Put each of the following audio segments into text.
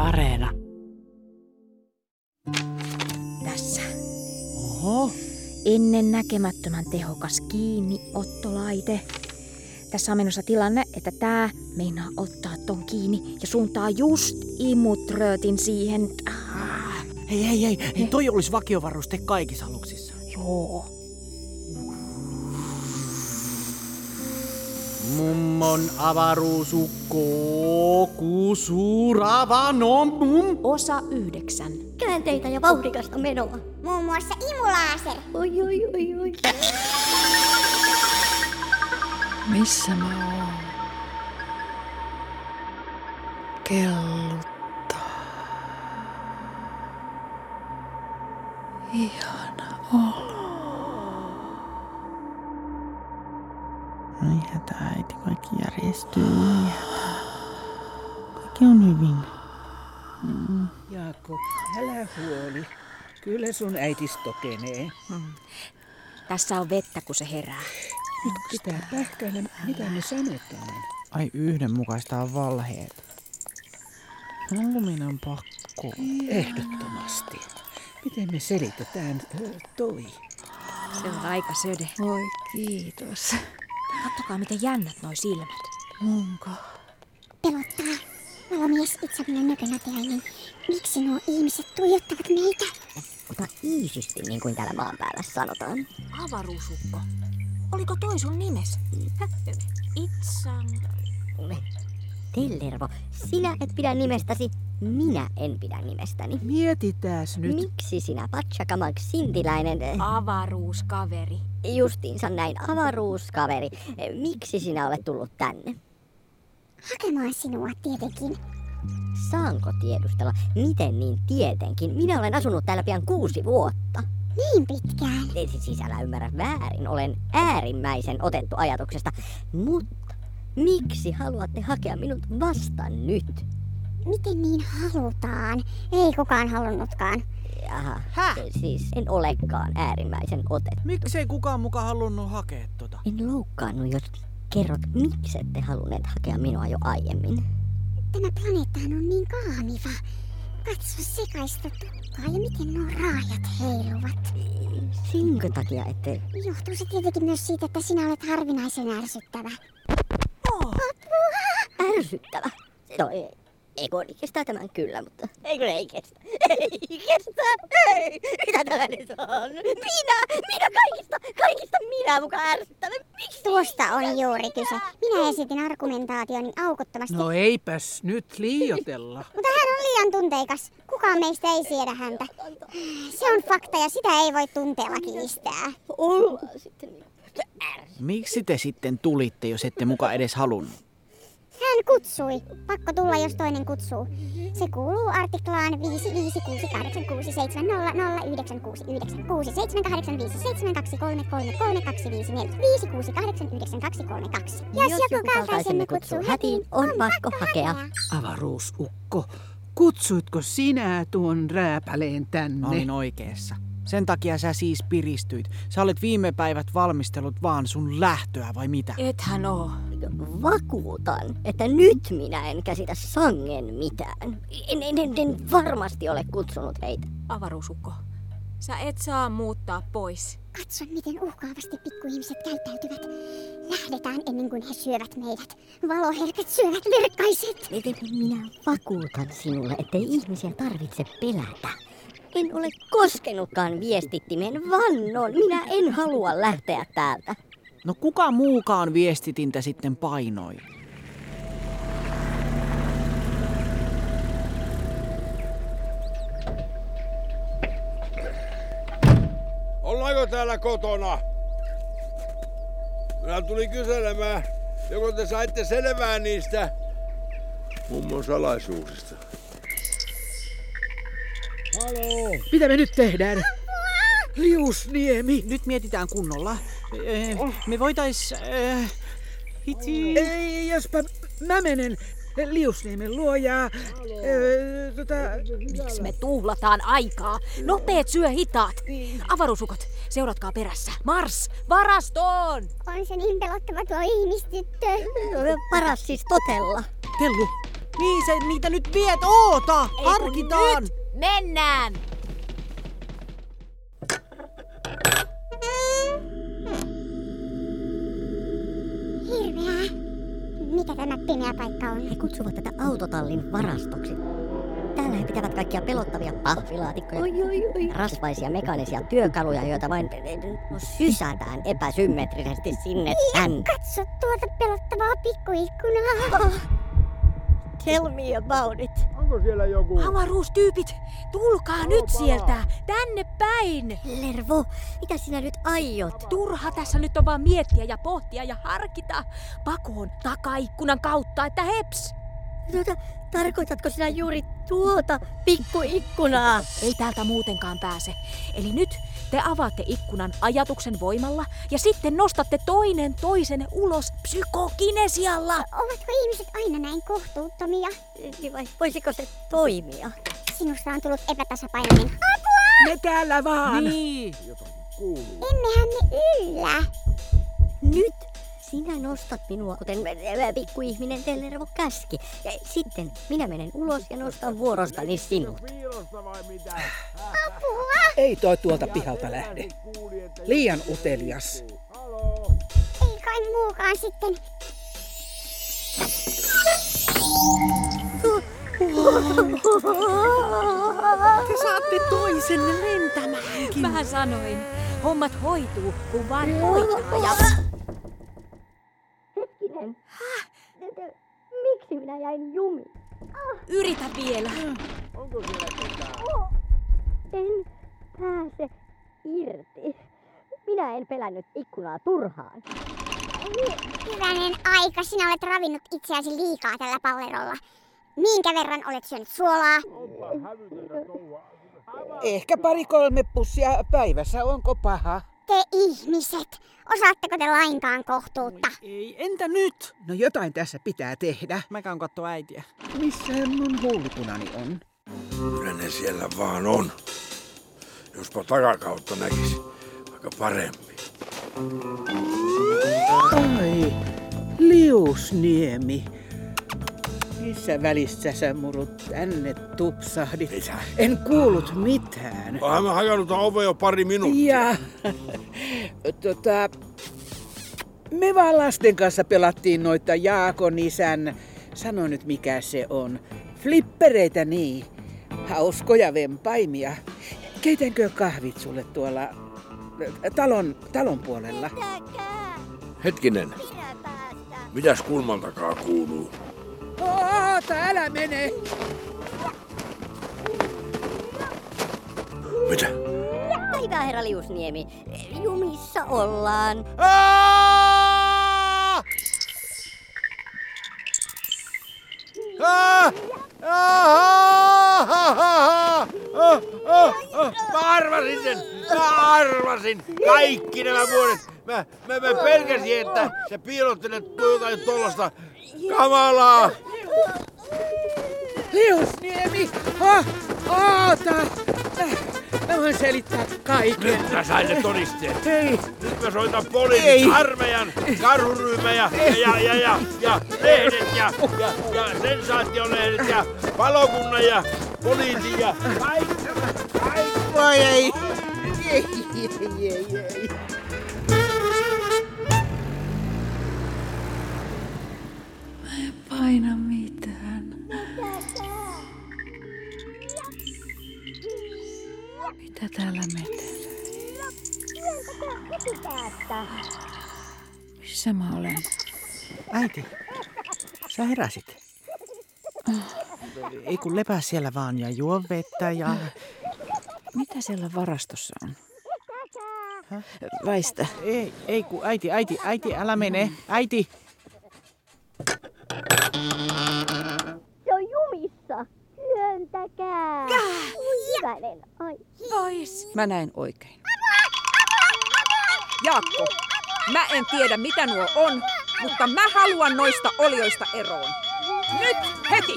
Areena. Tässä. Oho, Ennen näkemättömän tehokas kiinniottolaite. Tässä on menossa tilanne, että tää meinaa ottaa ton kiinni ja suuntaa just imutröötin siihen. Ah, Hei, hei, hei, hei, toi olisi vakiovaruste kaikissa aluksissa. joo. Mummon avaruusukko kusuravanom mum. Osa yhdeksän. Käänteitä ja vauhdikasta menoa. Muun muassa imulaaser. Oi, oi, oi, oi. missä mä oon? Kelluttaa. Ihana olo. No Ai hätä äiti, kaikki järjestyy. Ai hätä. Kaikki on hyvin. Jaakko, älä huoli. Kyllä sun äiti tokenee. Tässä on vettä, kun se herää. Nyt pitää pähkäillä, mitä me sanotaan. Ai yhdenmukaistaa valheet. Luminen on pakko. Ehdottomasti. Miten me selitetään ö, toi? Se on aika söde. Voi kiitos. Kattokaa, miten jännät noi silmät. Munko? Pelottaa. Valomies itseminen nökönätiäinen. Miksi nuo ihmiset tuijottavat meitä? Ota iisisti, niin kuin täällä maan päällä sanotaan. Avaruusukko. Oliko toi sun nimes? Häh? Itsan... Tellervo, sinä et pidä nimestäsi, minä en pidä nimestäni. Mietitääs nyt. Miksi sinä patsakamaks sintiläinen? Avaruuskaveri. Justiinsa näin, avaruuskaveri. Miksi sinä olet tullut tänne? Hakemaan sinua tietenkin. Saanko tiedustella? Miten niin tietenkin? Minä olen asunut täällä pian kuusi vuotta. Niin pitkään. Ei siis sisällä ymmärrä väärin, olen äärimmäisen otettu ajatuksesta. Mutta miksi haluatte hakea minut vasta nyt? Miten niin halutaan? Ei kukaan halunnutkaan. Aha, Ah. Häh? siis en olekaan äärimmäisen otettu. Miksei kukaan muka halunnut hakea tota? En loukkaannut, jos kerrot, miksi ette halunneet hakea minua jo aiemmin. Tämä planeettahan on niin kaamiva. Katso sekaista tukkaa ja miten nuo raajat heiluvat. Sinkö takia ette... Johtuu se tietenkin myös siitä, että sinä olet harvinaisen ärsyttävä. Ärsyttävä. No ei, ei kun kestää tämän kyllä, mutta... Ei kun ei kestä. Ei kestä. Ei. Mitä tämä nyt on? Minä, minä kaikista, kaikista minä muka ärsyttävä. Miksi? Tuosta on juuri kyse. Minä esitin argumentaationi aukottomasti, No eipäs nyt liiotella. mutta hän on liian tunteikas. Kukaan meistä ei siedä häntä. Se on fakta ja sitä ei voi tunteella kiistää. Ollaan sitten niin. Miksi te sitten tulitte, jos ette muka edes halunnut? Hän kutsui. Pakko tulla, jos toinen kutsuu. Se kuuluu artiklaan 5568709696789657233325456892232. Jos joku kaltaisemme kutsuu hätiin, on pakko hakea. Avaruusukko, kutsuitko sinä tuon rääpäleen Mä tänne? olin oikeassa. Sen takia sä siis piristyit. Sä olet viime päivät valmistellut vaan sun lähtöä vai mitä? Ethän oo. Vakuutan, että nyt minä en käsitä sangen mitään. En, en, en, en varmasti ole kutsunut heitä. Avaruusukko. Sä et saa muuttaa pois. Katso, miten uhkaavasti pikkuihmiset käyttäytyvät. Lähdetään ennen kuin he syövät meidät. Valoherkät syövät virkkaiset. Miten minä vakuutan sinulle, ettei ihmisiä tarvitse pelätä? En ole koskenutkaan viestittimeen vannon. Minä en halua lähteä täältä. No kuka muukaan viestitintä sitten painoi? Ollaanko täällä kotona? Minä tulin kyselemään, joko te saitte selvää niistä mummon salaisuuksista. Mitä me nyt tehdään? Liusniemi! Oh. Nyt mietitään kunnolla. Eh, Me voitais... eh, Hiti... Ei, jospa mä menen Liusniemen luojaa. Öö, eh, tota, Miksi me tuhlataan aikaa? Nopeet syö hitaat. Avaruusukot, seuratkaa perässä. Mars, varastoon! On se niin pelottava tuo ihmistyttö. Paras siis totella. Tellu, Niin se niitä nyt viet. Oota! Ei kun Harkitaan! Nyt mennään! Hirveää. Mikä tämä pimeä paikka on? He kutsuvat tätä autotallin varastoksi. Täällä he pitävät kaikkia pelottavia pahvilaatikkoja, oi, oi, oi. rasvaisia mekaanisia työkaluja, joita vain no, sysätään epäsymmetrisesti sinne tänne. Katso tuota pelottavaa pikkuikkunaa. Oh, Tell me about it. Onko siellä joku? Avaruustyypit, tulkaa nyt sieltä, tänne päin! Lervo, mitä sinä nyt aiot? Turha tässä nyt on vaan miettiä ja pohtia ja harkita pakoon takaikkunan kautta, että heps! Tuota, tarkoitatko sinä juuri tuota pikkuikkunaa? Ei täältä muutenkaan pääse. Eli nyt te avaatte ikkunan ajatuksen voimalla ja sitten nostatte toinen toisen ulos psykokinesialla. ovatko ihmiset aina näin kohtuuttomia? Niin Vai voisiko se toimia? Sinusta on tullut epätasapainoinen. Me täällä vaan. Niin. Emmehän me yllä. Nyt sinä nostat minua, kuten ää, pikkuihminen Tellervo käski. Ja sitten minä menen ulos ja nostan vuorostani sinut. Piilosta vai mitä? Ei toi tuolta pihalta lähde. Liian utelias. Ei kai muukaan sitten. Te saatte toisenne lentämäänkin. Mä sanoin, hommat hoituu, kun vaan hoitaa ja... Ah! Hetkinen. Miksi minä jäin jumiin? Ah! Yritä vielä. Ah. Oh! En pääse irti. Minä en pelännyt ikkunaa turhaan. Hyvänen aika, sinä olet ravinnut itseäsi liikaa tällä pallerolla. Minkä verran olet syönyt suolaa? Ehkä pari-kolme pussia päivässä, onko paha? Te ihmiset, osaatteko te lainkaan kohtuutta? Ei, entä nyt? No jotain tässä pitää tehdä. Mä käyn katsoa äitiä. Missähän mun huulipunani on? Kyllä ne siellä vaan on. Jospa takakautta näkisi, vaikka paremmin. Ai, Liusniemi. Missä välissä sä murut tänne tupsahdit? Mitä? En kuullut mitään. Onhan mä hakannut tän oven jo pari minuuttia. Ja, tota, me vaan lasten kanssa pelattiin noita Jaakon isän, sano nyt mikä se on, flippereitä niin. Hauskoja vempaimia. Keitänkö kahvit sulle tuolla ö, talon, talon puolella? Minäkään. Hetkinen, Minä päästän. mitäs kulman takaa kuuluu? Oota, älä mene! Mitä? Päivää, herra Liusniemi. Jumissa ollaan. Aa! Aa! Aa! Aa! Aa! Aa! Mä arvasin sen! Mä arvasin! Kaikki nämä vuodet! Mä, mä, mä pelkäsin, että sä piilottelet jotain tollasta kamalaa! Liusniemi! Oh, oota! Mä voin selittää kaiken. Nyt mä sain ne todisteet! Hei, Nyt mä soitan poliisin, armeijan, karhuryhmäjä ja, ja, ja, ja, ja lehdet ja, ja, ja sensaatiolehdet ja palokunnan ja poliisin ja kaikki. kaikki. voi ei. Ei, ei, ei, ei. paina mitään. Mitä täällä metelöi? Missä mä olen? Äiti, sä heräsit. Ei kun lepää siellä vaan ja juo vettä ja... Mitä siellä varastossa on? Väistä. Ei, ei kun äiti, äiti, äiti, älä mene. Äiti, Se on jumissa. Työntäkää. Hyvänen ai. Pois. Mä näin oikein. Jaakko, mä en tiedä mitä nuo on, mutta mä haluan noista olioista eroon. Nyt, heti!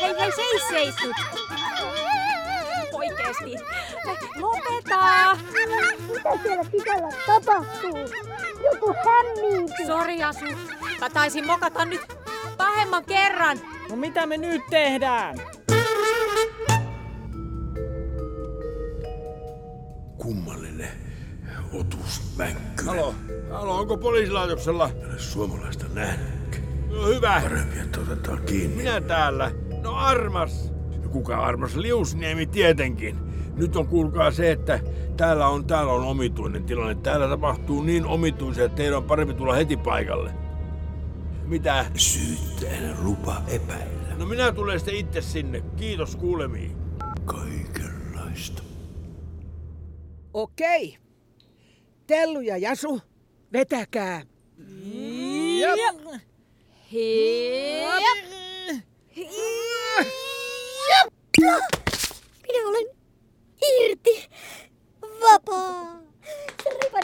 Hei hei, seis seis nyt. Oikeesti. Lopeta. Mitä siellä sisällä tapahtuu? Joku hämmintyy. Sori Asu. Mä taisin mokata nyt. Pa- pahemman kerran. No mitä me nyt tehdään? Kummallinen otus Mänkky. Halo, halo, onko poliisilaitoksella? Suomalaista nähnytkään. No hyvä, Parempi, että otetaan kiinni. minä täällä. No armas. No Kuka armas? Liusniemi tietenkin. Nyt on kuulkaa se, että täällä on, täällä on omituinen tilanne. Täällä tapahtuu niin omituisia, että teidän on parempi tulla heti paikalle. Mitä? Syyttäjän lupa epäillä No minä tulen sitten itse sinne. Kiitos kuulemiin. kaikenlaista. Okei. Tellu ja Jasu, vetäkää. Minä olen irti. Vapaa.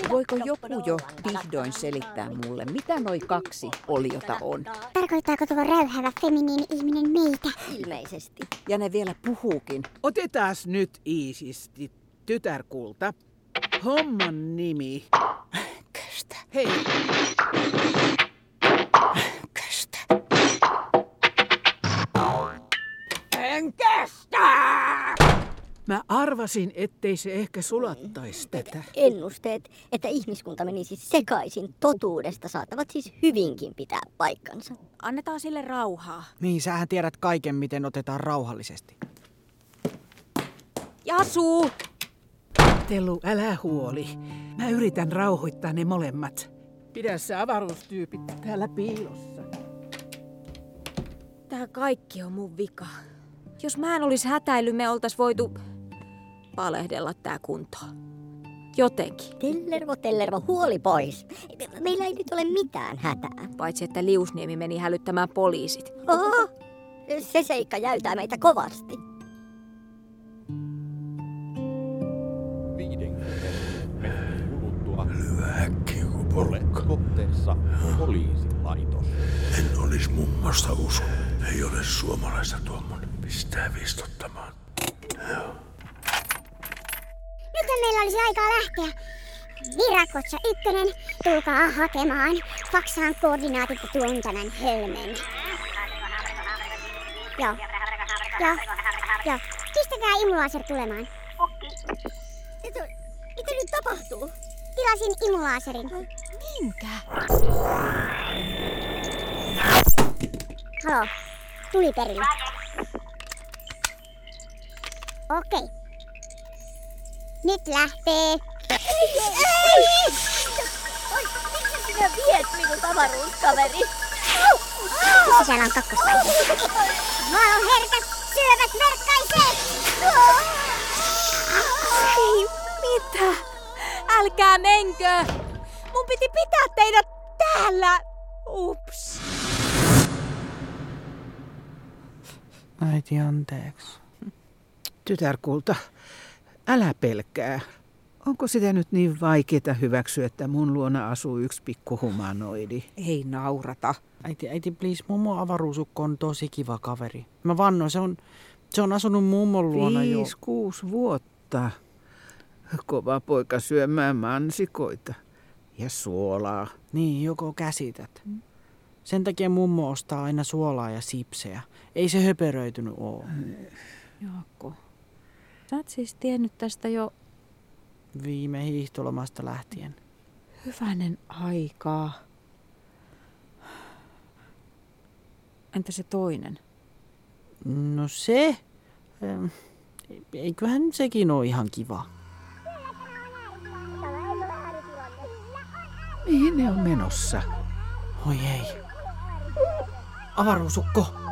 Voiko joku jo vihdoin selittää mulle, mitä noi kaksi oliota on? Tarkoittaako tuo räyhävä feminiini ihminen meitä? Ilmeisesti. Ja ne vielä puhuukin. Otetaan nyt iisisti tytärkulta. Homman nimi. Köstä. Hei. Köstä. En kestä! Mä arvasin, ettei se ehkä sulattaisi tätä. Ennusteet, että ihmiskunta menisi sekaisin totuudesta, saattavat siis hyvinkin pitää paikkansa. Annetaan sille rauhaa. Niin, sähän tiedät kaiken, miten otetaan rauhallisesti. Jasu! Tellu, älä huoli. Mä yritän rauhoittaa ne molemmat. Pidä se avaruustyypit täällä piilossa. Tää kaikki on mun vika. Jos mä en olisi hätäillyt, me oltais voitu palehdella tää kuntoon. Jotenkin. Tellervo, tellervo, huoli pois. Meillä ei nyt ole mitään hätää. Paitsi, että Liusniemi meni hälyttämään poliisit. Oho, se seikka jäytää meitä kovasti. Äkkiä kuin porukka. kohteessa poliisilaitos. En olis mummosta usko. Ei ole suomalaista tuommoinen. Pistää vistottamaan. Nythän meillä olisi aikaa lähteä. Virakotsa ykkönen, tulkaa hakemaan. Faksaan koordinaatit ja tuon tämän hölmön. Joo. Joo. Joo. Pistäkää imulaaser tulemaan. Mitä, mitä nyt tapahtuu? Tilasin imulaaserin. Minkä? Halo. Tuli perille. Okei. Nyt lähtee. Ei! Oi, miksi sinä viet minut avaruuskaveri? Sisällä on kakkospaikka. Valoherkat syövät verkkaiset! Ei mitä? Älkää menkö! Mun piti pitää teidät täällä! Ups. Äiti, anteeksi. Tytärkulta, älä pelkää. Onko sitä nyt niin vaikeeta hyväksyä, että mun luona asuu yksi pikku humanoidi? Ei naurata. Äiti, äiti, please, mummo avaruusukko on tosi kiva kaveri. Mä vannoin, se on, se on asunut mummon luona jo. Viisi, kuusi vuotta. Kova poika syömään mansikoita ja suolaa. Niin, joko käsität. Sen takia mummo ostaa aina suolaa ja sipsejä. Ei se höperöitynyt oo. Jaakko, sä oot siis tiennyt tästä jo Viime hiihtolomasta lähtien. hyvänen aikaa. Entä se toinen? No se... ähm, Eiköhän sekin ole ihan kiva. Mihin ne on menossa? Oi ei. Avaruusukko!